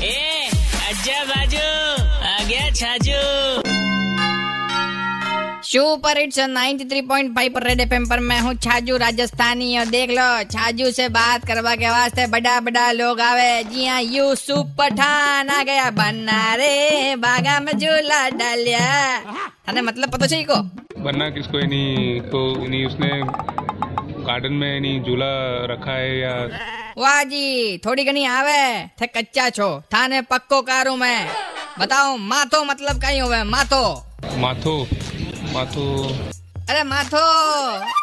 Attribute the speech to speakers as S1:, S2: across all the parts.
S1: आजा अच्छा बाजू आ गया छाजू
S2: सुपर हिट्स 93.5 पर रेड एफएम पर मैं हूँ छाजू राजस्थानी और देख लो छाजू से बात करवा के वास्ते बड़ा बड़ा लोग आवे जी हाँ यूसुफ पठान आ गया बन्ना रे बागा में झूला डालिया थाने मतलब पता चाहिए को
S3: बनना किसको यानी तो यानी उसने गार्डन में यानी झूला रखा है या
S2: वाह जी थोड़ी घनी आवे थे कच्चा छो थाने पक्को कारू मैं बताओ माथो मतलब कहीं होवे माथो
S3: माथो माथो
S2: अरे माथो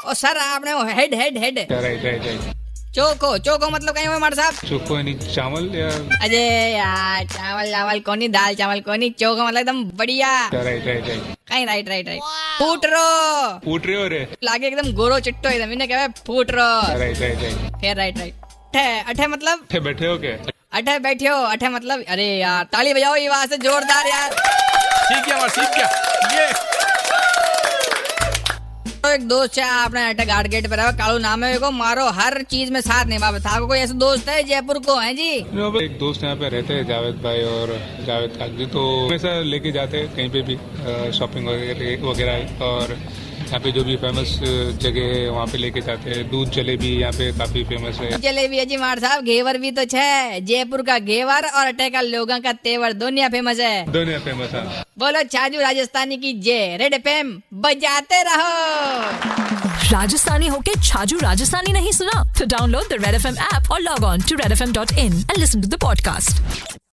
S2: ओ सर आपने वो हेड हेड हेड
S3: क्या राइट राइट राइट
S2: चोको चोको मतलब कहीं होवे मार साहब
S3: चोखो यानी चावल या
S2: अरे यार चावल चावल कोनी दाल चावल कोनी चोखा मतलब एकदम बढ़िया
S3: क्या राइट राइट राइट
S2: कहीं राइट राइट राइट फूट रो
S3: फूट रहे हो रे
S2: लागे एकदम गोरो चिट्टो एकदम इन्हें कहवे फूट रो
S3: क्या राइट राइट राइट
S2: फिर राइट राइट अठे अठे मतलब
S3: ठे बैठे हो क्या
S2: अठे बैठे हो अठे मतलब अरे यार ताली बजाओ ये आवाज से जोरदार यार
S4: सीख गया और सीख गया ये
S2: तो एक दोस्त है आपने अठे गार्ड गेट पर है कालू नाम है को मारो हर चीज में साथ निभा था आपको कोई ऐसा दोस्त है जयपुर को है जी
S3: यहाँ पे एक दोस्त यहाँ पे रहते हैं जावेद भाई और जावेद कागजी तो हमेशा लेके जाते हैं कहीं पे भी अ, शॉपिंग वगैरह वगैरह और यहाँ पे जो भी फेमस जगह है वहाँ पे लेके जाते हैं दूध जलेबी यहाँ पे काफी फेमस है
S2: जलेबी है जी मार साहब घेवर भी तो छे जयपुर का घेवर और अटे का लोगों का तेवर दुनिया फेमस है
S3: दोनों फेमस है
S2: बोलो छाजू राजस्थानी की जय रेड एफएम बजाते रहो
S5: राजस्थानी होके छाजू राजस्थानी नहीं सुना तो download the Red F M app और log on to Red F M dot in and listen to the podcast